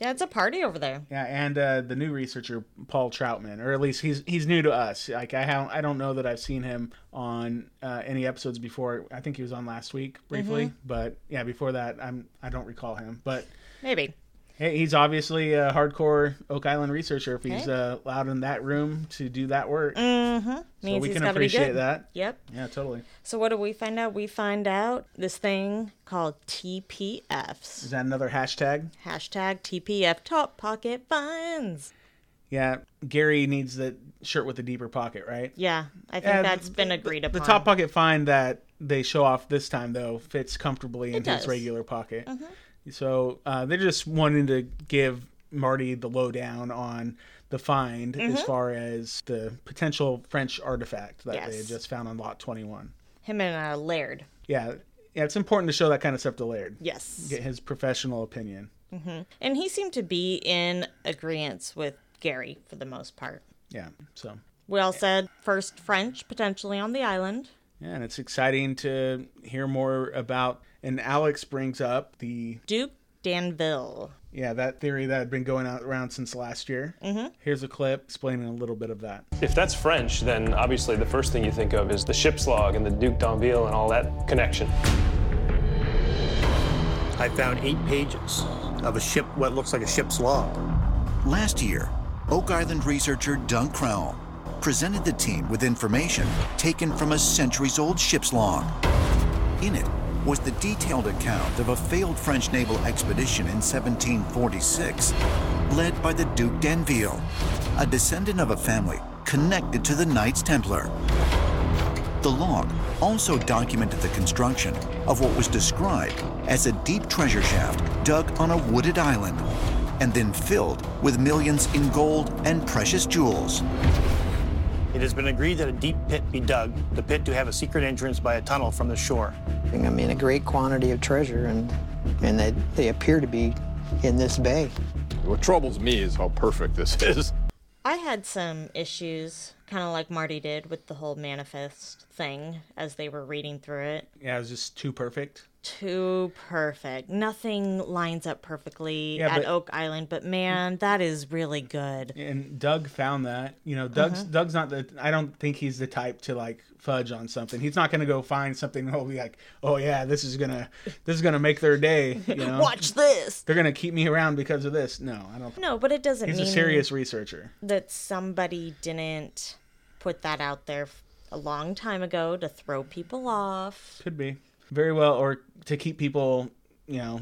Speaker 2: Yeah, it's a party over there.
Speaker 3: yeah, and uh, the new researcher Paul Troutman, or at least he's he's new to us. Like I don't I don't know that I've seen him on uh, any episodes before. I think he was on last week briefly,
Speaker 2: Mm-hmm.
Speaker 3: but yeah, before that I'm I don't recall him. But
Speaker 2: Maybe.
Speaker 3: hey, he's obviously a hardcore Oak Island researcher. If he's
Speaker 2: Hey. Mm,
Speaker 3: uh, allowed in that room to do that work, so
Speaker 2: Means
Speaker 3: we
Speaker 2: he's
Speaker 3: can
Speaker 2: gotta be
Speaker 3: appreciate
Speaker 2: good.
Speaker 3: that.
Speaker 2: Yep.
Speaker 3: Yeah, totally.
Speaker 2: So what do we find out? We find out this thing called TPFs.
Speaker 3: Is that another hashtag?
Speaker 2: Hashtag TPF Top Pocket Finds.
Speaker 3: Yeah, Gary needs the shirt with the deeper pocket, right?
Speaker 2: Yeah, I think
Speaker 3: Yeah,
Speaker 2: that's
Speaker 3: the-
Speaker 2: been agreed
Speaker 3: The
Speaker 2: upon.
Speaker 3: top pocket find that they show off this time though fits comfortably in his
Speaker 2: does. Mm-hmm.
Speaker 3: regular pocket. So uh, they're just wanting to give Marty the lowdown on the find
Speaker 2: Mm-hmm.
Speaker 3: as far as the potential French artifact that they
Speaker 2: Yes.
Speaker 3: just found on Lot Twenty One.
Speaker 2: Him and uh, Laird.
Speaker 3: Yeah, yeah, it's important to show that kind of stuff to Laird.
Speaker 2: Yes.
Speaker 3: Get his professional opinion.
Speaker 2: And he seemed to be in agreement with Gary for the most part.
Speaker 3: Yeah, so
Speaker 2: We all said first French potentially on the island.
Speaker 3: Yeah, and it's exciting to hear more about. And Alex brings up the
Speaker 2: Duke Danville.
Speaker 3: yeah that theory that had been going out around since last year. Mm-hmm. Here's a clip explaining a little bit of that.
Speaker 5: If that's French, then obviously the first thing you think of is the ship's log and the Duc d'Anville and all that connection.
Speaker 6: I found eight pages of a ship, what looks like a ship's log.
Speaker 4: Last year, Oak Island researcher Doug Crowell presented the team with information taken from a centuries old ship's log. In it was the detailed account of a failed French naval expedition in 1746, led by the Duke d'Anville, a descendant of a family connected to the Knights Templar. The log also documented the construction of what was described as a deep treasure shaft dug on a wooded island and then filled with millions in gold and precious jewels.
Speaker 6: It It has been agreed that a deep pit be dug, the pit to have a secret entrance by a tunnel from the shore.
Speaker 7: I mean, a great quantity of treasure, and and they they appear to be in this bay.
Speaker 8: What troubles me is how perfect this is.
Speaker 2: I had some issues, kind of like Marty did, with the whole manifest thing as they were reading through it.
Speaker 3: Yeah, it was just too perfect.
Speaker 2: Too perfect. Nothing lines up perfectly
Speaker 3: Yeah,
Speaker 2: at
Speaker 3: but-
Speaker 2: Oak Island, but man, that is really good.
Speaker 3: And Doug found that. You know, Doug's Doug's not the. I don't think he's the type to like fudge on something. He's not gonna go find something. and he'll be like, oh yeah, this is gonna this is gonna make their day. You know,
Speaker 2: Watch this.
Speaker 3: they're gonna keep me around because of this. No, I don't.
Speaker 2: No, but it doesn't
Speaker 3: He's
Speaker 2: mean
Speaker 3: a serious researcher.
Speaker 2: that somebody didn't put that out there f- a long time ago to throw people off
Speaker 3: Could be very well, or to keep people. You know,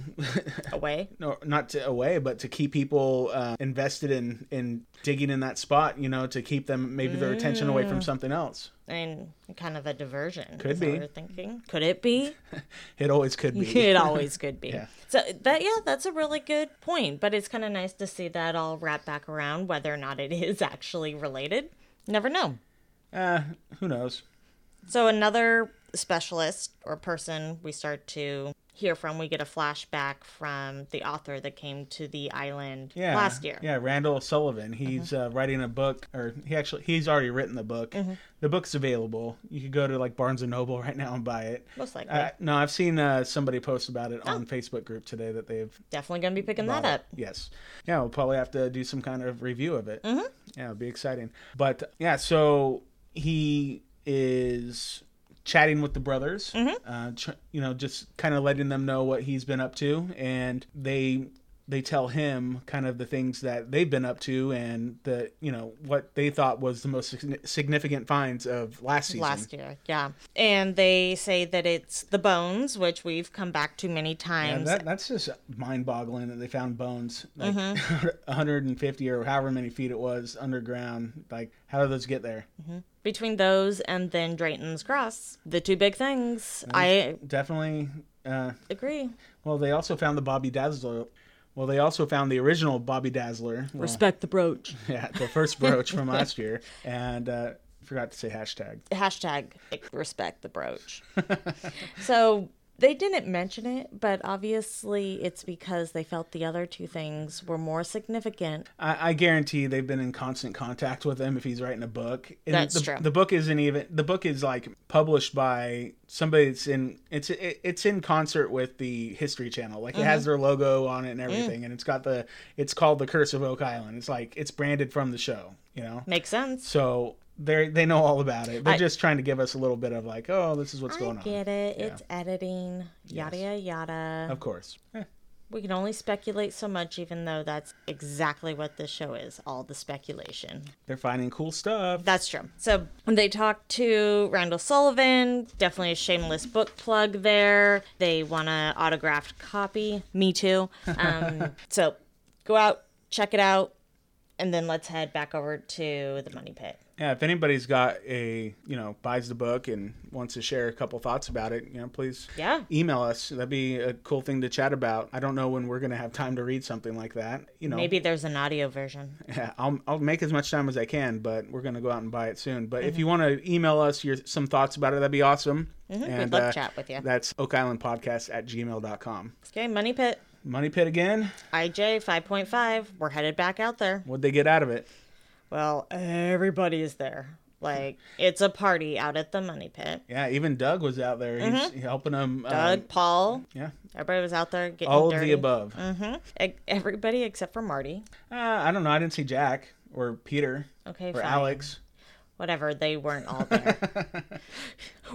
Speaker 2: away.
Speaker 3: no, not to away, but to keep people uh, invested in in digging in that spot. You know, to keep them maybe their attention away
Speaker 2: Mm.
Speaker 3: from something else.
Speaker 2: and kind of a diversion.
Speaker 3: Could
Speaker 2: is that
Speaker 3: be.
Speaker 2: what you're thinking. Could it be?
Speaker 3: It always could be.
Speaker 2: it always could be.
Speaker 3: Yeah.
Speaker 2: So that yeah, that's a really good point. But it's kind of nice to see that all wrap back around, whether or not it is actually related. Never know.
Speaker 3: Uh, who knows?
Speaker 2: So another specialist or person we start to hear from, we get a flashback from the author that came to the island
Speaker 3: yeah,
Speaker 2: last year. Uh-huh.
Speaker 3: Yeah, Randall Sullivan. He's uh, writing a book, or he actually he's already written the book.
Speaker 2: Mm-hmm.
Speaker 3: The book's available. You could go to like Barnes and Noble right now and buy it.
Speaker 2: Most likely.
Speaker 3: Uh, no, I've seen uh, somebody post about
Speaker 2: Oh.
Speaker 3: it on Facebook group today that they've
Speaker 2: Definitely gonna be picking
Speaker 3: bought
Speaker 2: that up.
Speaker 3: it. Yes. Yeah, we'll probably have to do some kind of review of it. Mm-hmm. Yeah, it'll be exciting. But yeah, so he is chatting with the brothers, uh, tr- you know, just kind of letting them know what he's been up to, and they they tell him kind of the things that they've been up to and the you know what they thought was the most signi- significant finds of last season.
Speaker 2: last year yeah and they say that it's the bones which we've come back to many
Speaker 3: Yeah,
Speaker 2: times
Speaker 3: that, that's just mind boggling that they found bones like 150 or however many feet it was underground. Like, how did those get there?
Speaker 2: between those and then drayton's cross the two big things i
Speaker 3: Definitely. Uh,
Speaker 2: agree
Speaker 3: well, they also found the Bobby Dazzler. Well, they also found the original Bobby Dazzler. Well,
Speaker 2: respect the brooch
Speaker 3: yeah, the first brooch from last year. And uh, forgot to say hashtag.
Speaker 2: hashtag respect the brooch so they didn't mention it but obviously it's because they felt the other two things were more significant
Speaker 3: I, I guarantee they've been in constant contact with him if he's writing a book. And
Speaker 2: That's
Speaker 3: the,
Speaker 2: true.
Speaker 3: The book isn't even the book is like published by somebody that's in it's it, it's in concert with the History Channel. Like it has
Speaker 2: Mm-hmm.
Speaker 3: their logo on
Speaker 2: Mm.
Speaker 3: it and everything, and it's got the it's called the Curse of Oak Island. It's like it's branded from the show. You know,
Speaker 2: makes sense
Speaker 3: so they they know all about it. They're just trying to give us a little bit of like, oh, this is what's
Speaker 2: I
Speaker 3: going on.
Speaker 2: get it. It's editing, yada yada yada.
Speaker 3: Of course. Eh,
Speaker 2: We can only speculate so much, even though that's exactly what this show is all the speculation.
Speaker 3: They're finding cool stuff.
Speaker 2: That's true. So they talk to Randall Sullivan, definitely a shameless book plug there. They want an autographed copy. Me too. Um, so go out, check it out, and then let's head back over to the money pit.
Speaker 3: Yeah, if anybody's got a, you know, buys the book and wants to share a couple thoughts about it, you know, please
Speaker 2: Yeah.
Speaker 3: email us. That'd be a cool thing to chat about. I don't know when we're going to have time to read something like that. You know,
Speaker 2: Maybe there's an audio version.
Speaker 3: yeah, I'll, I'll make as much time as I can, but we're going to go out and buy it soon. But
Speaker 2: Mm-hmm.
Speaker 3: if you want to email us your some thoughts about it, that'd be awesome. And,
Speaker 2: Mm-hmm.
Speaker 3: uh,
Speaker 2: love to chat with you.
Speaker 3: That's Oak Island Podcast at gmail.com.
Speaker 2: Okay, money pit.
Speaker 3: Money Pit again.
Speaker 2: IJ 5.5. We're headed back out there.
Speaker 3: What'd they get out of it?
Speaker 2: Well, everybody is there. Like it's a party out at the money pit.
Speaker 3: Yeah, even Doug was out there. He's helping them.
Speaker 2: Mm-hmm. Doug, Paul,
Speaker 3: yeah,
Speaker 2: everybody was out there getting
Speaker 3: all of
Speaker 2: dirty.
Speaker 3: the above.
Speaker 2: E- Everybody except for Marty.
Speaker 3: Uh, I don't know. I didn't see Jack or Peter
Speaker 2: Okay,
Speaker 3: or
Speaker 2: fine.
Speaker 3: Alex.
Speaker 2: Whatever, they weren't all there.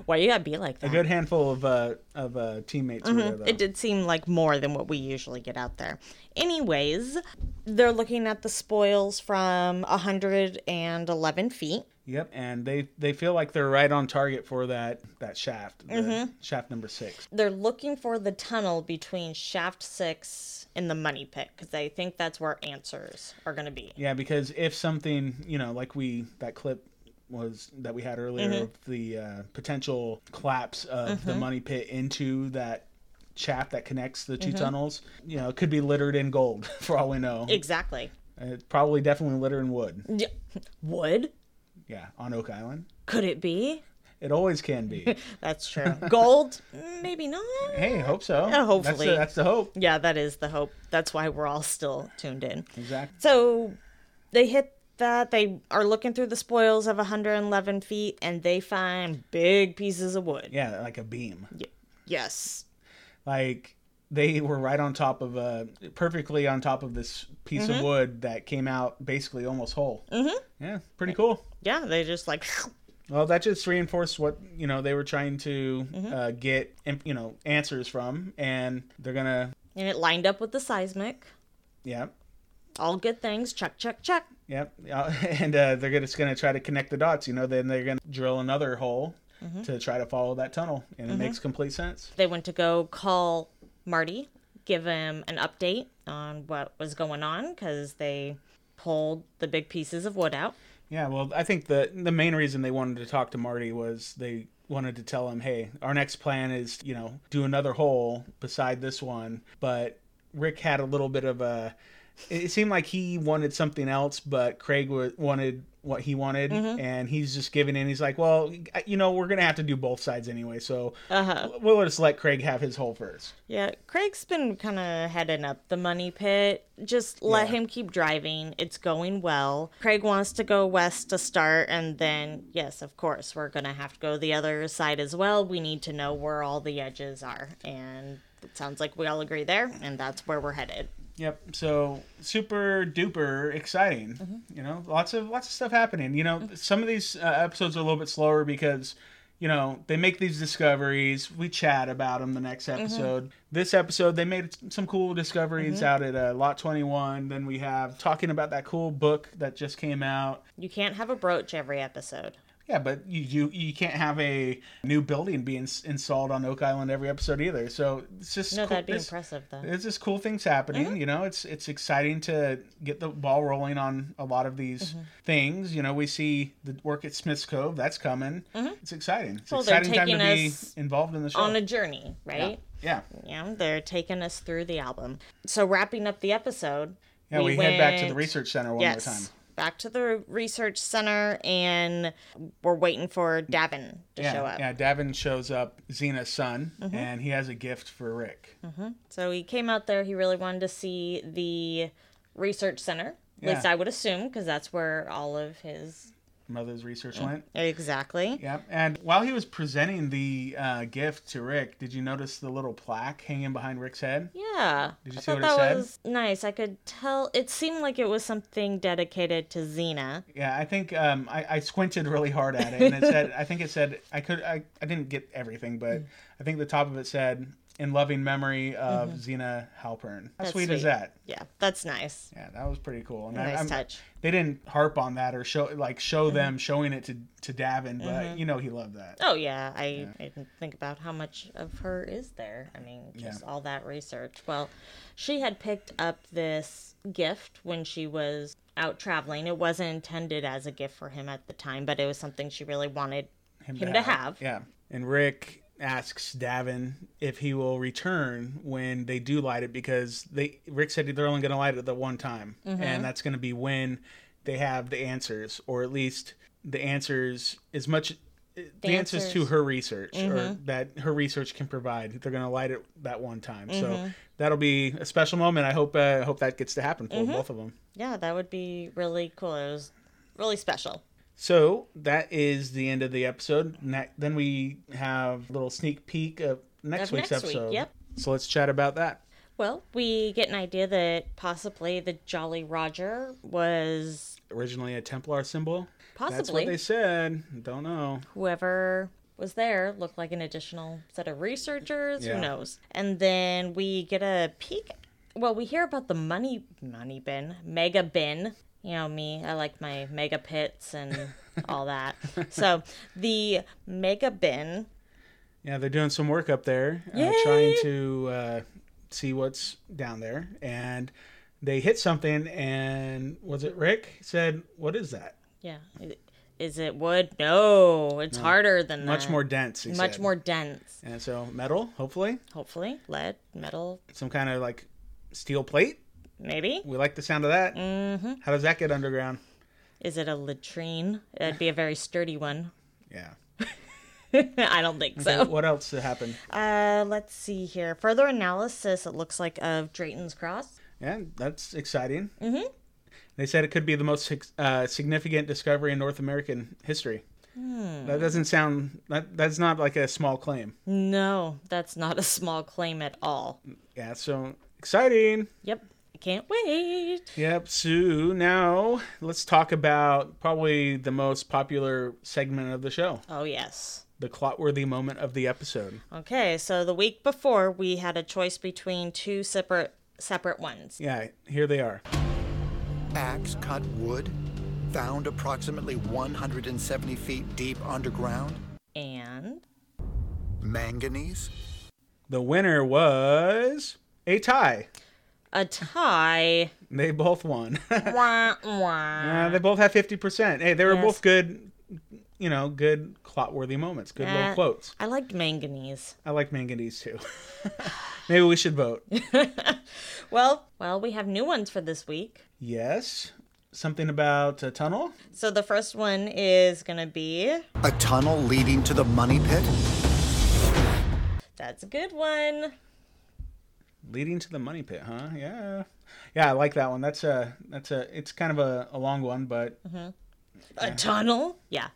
Speaker 2: Why you gotta be like that?
Speaker 3: A good handful of uh, of uh, teammates were there, though.
Speaker 2: Mm-hmm. It did seem like more than what we usually get out there. Anyways, they're looking at the spoils from 111 feet.
Speaker 3: Yep, and they they feel like they're right on target for that that shaft, the
Speaker 2: Mm-hmm.
Speaker 3: shaft number six.
Speaker 2: They're looking for the tunnel between shaft six and the money pit because they think that's where answers are gonna be.
Speaker 3: Yeah, because if something you know, like we that clip was that we had earlier
Speaker 2: Mm-hmm.
Speaker 3: of the uh, potential collapse of the money pit into that shaft that connects the 2
Speaker 2: Mm-hmm.
Speaker 3: tunnels, you know, it could be littered in gold for all we know.
Speaker 2: Exactly.
Speaker 3: It's probably definitely littered in wood.
Speaker 2: Wood?
Speaker 3: Yeah, on Oak Island.
Speaker 2: Could it be?
Speaker 3: It always can be.
Speaker 2: That's true. Gold? Maybe not.
Speaker 3: hey, hope so. That's
Speaker 2: hopefully.
Speaker 3: the, that's the hope.
Speaker 2: Yeah, that is the hope. That's why we're all still tuned in.
Speaker 3: Exactly.
Speaker 2: So they hit that. They are looking through the spoils of 111 feet and they find big pieces of wood.
Speaker 3: Yeah, like a beam.
Speaker 2: Yes.
Speaker 3: Like they were right on top of a perfectly on top of this piece of wood that came out basically almost whole. Mm-hmm. Yeah, pretty cool.
Speaker 2: Yeah, they just like,
Speaker 3: Well, that just reinforced what you know they were trying to uh, get um, you know answers from, and they're gonna
Speaker 2: and it lined up with the seismic.
Speaker 3: yeah
Speaker 2: All good things. Check, check, check.
Speaker 3: yeah, yeah, and uh, they're just gonna try to connect the dots. You know, then they're gonna drill another hole to try to follow that tunnel, and it makes complete sense.
Speaker 2: They went to go call Marty, give him an update on what was going on because they pulled the big pieces of wood out.
Speaker 3: Yeah, well, I think the the main reason they wanted to talk to Marty was they wanted to tell him, "Hey, our next plan is, you know, do another hole beside this one." But Rick had a little bit of a it seemed like he wanted something else, but Craig wa- wanted what he wanted, and he's just giving in. He's like, "Well, you know, we're gonna have to do both sides anyway, so we'll just let Craig have his hole first.
Speaker 2: Yeah, Craig's been kind of heading up the money pit. Just let
Speaker 3: Yeah.
Speaker 2: him keep driving. It's going well. Craig wants to go west to start, and then, yes, of course, we're going to have to go the other side as well. We need to know where all the edges are. And it sounds like we all agree there, and that's where we're headed.
Speaker 3: Yep. So super duper exciting.
Speaker 2: Mm-hmm.
Speaker 3: You know, lots of lots of stuff happening. You know, some of these uh, episodes are a little bit slower because you know they make these discoveries. We chat about them the next
Speaker 2: Mm-hmm.
Speaker 3: episode. This episode they made some cool discoveries out at uh, Lot Twenty One. Then we have talking about that cool book that just came out.
Speaker 2: You can't have a brooch every episode.
Speaker 3: Yeah, but you you, you can't have a new building being s- installed on Oak Island every episode either. So it's just
Speaker 2: No,
Speaker 3: cool-
Speaker 2: that'd be
Speaker 3: it's-
Speaker 2: impressive, though.
Speaker 3: there's just cool things happening you know it's it's exciting to get the ball rolling on a lot of these
Speaker 2: Mm-hmm.
Speaker 3: things you know we see the work at smith's cove that's coming it's exciting it's
Speaker 2: Mm-hmm. Well, they're
Speaker 3: exciting time to
Speaker 2: taking
Speaker 3: be
Speaker 2: us
Speaker 3: involved in the show
Speaker 2: On a journey, right?
Speaker 3: yeah
Speaker 2: Yeah. they're taking us through the album. So, wrapping up the episode.
Speaker 3: yeah we, head back to the
Speaker 2: went-
Speaker 3: research center one
Speaker 2: yes.
Speaker 3: more time
Speaker 2: Back to the research center, and we're waiting for Davin to
Speaker 3: yeah,
Speaker 2: show up. Mm-hmm.
Speaker 3: yeah davin shows up xena's son and he has a gift for rick
Speaker 2: So he came out there. He really wanted to see the research center. At least
Speaker 3: Yeah.
Speaker 2: I would assume, because that's where all of his
Speaker 3: mother's research went
Speaker 2: exactly.
Speaker 3: yeah and while he was presenting the uh, gift to rick did you notice the little plaque hanging behind rick's head
Speaker 2: Yeah.
Speaker 3: Did you
Speaker 2: I
Speaker 3: see
Speaker 2: thought
Speaker 3: what
Speaker 2: that
Speaker 3: it said?
Speaker 2: was nice. I could tell it seemed like it was something dedicated to Xena.
Speaker 3: Yeah, I think um, I, I squinted really hard at it, and it said, I think it said, I could, I, I didn't get everything, but I think the top of it said, "In loving memory of Xena Halpern." How
Speaker 2: Mm-hmm. That's
Speaker 3: sweet, is
Speaker 2: sweet.
Speaker 3: that?
Speaker 2: Yeah, that's nice.
Speaker 3: Yeah, that was pretty cool. And I-
Speaker 2: Nice
Speaker 3: I'm-
Speaker 2: touch. Mm-hmm.
Speaker 3: They didn't harp on that or show like show them showing it to to Davin, but you know he loved that.
Speaker 2: Oh yeah, I, I didn't think about how much of her is there. I mean, just all that research. Well, she had picked up this gift when she was out traveling. It wasn't intended as a gift for him at the time, but it was something she really wanted him, to, have.
Speaker 3: Yeah. And Rick asks Davin if he will return when they do light it because they Rick said they're only going to light it the one time,
Speaker 2: Mm-hmm.
Speaker 3: and that's going to be when they have the answers, or at least the answers as much. uh, The, answers. to
Speaker 2: answers. Mm-hmm.
Speaker 3: her research, or that her research can provide, they're going to light it that one time.
Speaker 2: Mm-hmm.
Speaker 3: So that'll be a special moment. I hope. Uh, I hope that gets to happen for
Speaker 2: Mm-hmm.
Speaker 3: both of them.
Speaker 2: Yeah, that would be really cool. It was really special.
Speaker 3: So that is the end of the episode. Ne- then we have a little sneak peek of next
Speaker 2: Of
Speaker 3: week's
Speaker 2: next week,
Speaker 3: episode.
Speaker 2: yep.
Speaker 3: So let's chat about that.
Speaker 2: Well, we get an idea that possibly the Jolly Roger was
Speaker 3: Originally a Templar symbol. That's
Speaker 2: possibly
Speaker 3: what they said. Don't know.
Speaker 2: whoever was there looked like an additional set of researchers.
Speaker 3: Yeah.
Speaker 2: Who knows? And then we get a peek. Well, we hear about the money money bin, mega bin. You know me, I like my mega pits and all that. So the mega bin.
Speaker 3: Yeah, they're doing some work up there, uh, trying to uh, see what's down there, and they hit something. And was it Rick said, "What is that?"
Speaker 2: Yeah, is it wood? No, it's harder than
Speaker 3: Much
Speaker 2: that.
Speaker 3: more dense. he
Speaker 2: Uh, much
Speaker 3: said.
Speaker 2: more dense.
Speaker 3: And so metal, hopefully,
Speaker 2: Hopefully, lead, metal,
Speaker 3: some kind of like steel plate.
Speaker 2: maybe. Mm-hmm.
Speaker 3: We like the sound of that. How does that get underground?
Speaker 2: Is it a latrine? That'd be a very sturdy one.
Speaker 3: Yeah.
Speaker 2: I don't think so.
Speaker 3: What else happened?
Speaker 2: Uh, let's see here. Further analysis, it looks like, of Drayton's Cross.
Speaker 3: Yeah, that's exciting. Mm-hmm. They said it could be the most sig- uh, significant discovery in North American history. That doesn't sound. That that's not like a small claim.
Speaker 2: No, that's not a small claim at all.
Speaker 3: Yeah. So exciting.
Speaker 2: Yep. I can't wait.
Speaker 3: Yep. So now let's talk about probably the most popular segment of the show,
Speaker 2: Oh, yes.
Speaker 3: the clotworthy moment of the episode.
Speaker 2: Okay, so the week before, we had a choice between two separate separate ones.
Speaker 3: Yeah. Here they are.
Speaker 4: Axe cut wood found approximately 170 feet deep underground.
Speaker 2: And
Speaker 4: Manganese.
Speaker 3: The winner was a tie.
Speaker 2: a tie.
Speaker 3: They both won.
Speaker 2: wah, wah.
Speaker 3: Uh, they both have fifty percent. Hey, they were
Speaker 2: Yes.
Speaker 3: both good. You know, good clot-worthy moments. Good little
Speaker 2: Uh,
Speaker 3: quotes.
Speaker 2: I liked manganese.
Speaker 3: I like manganese too. Maybe we should vote.
Speaker 2: Well, well, we have new ones for this week.
Speaker 3: Yes. Something about a tunnel.
Speaker 2: So the first one is gonna be
Speaker 4: A tunnel leading to the money pit.
Speaker 2: that's a good one.
Speaker 3: leading to the money pit huh yeah yeah i like that one that's a that's a it's kind of a, a long one but
Speaker 2: A tunnel? Yeah,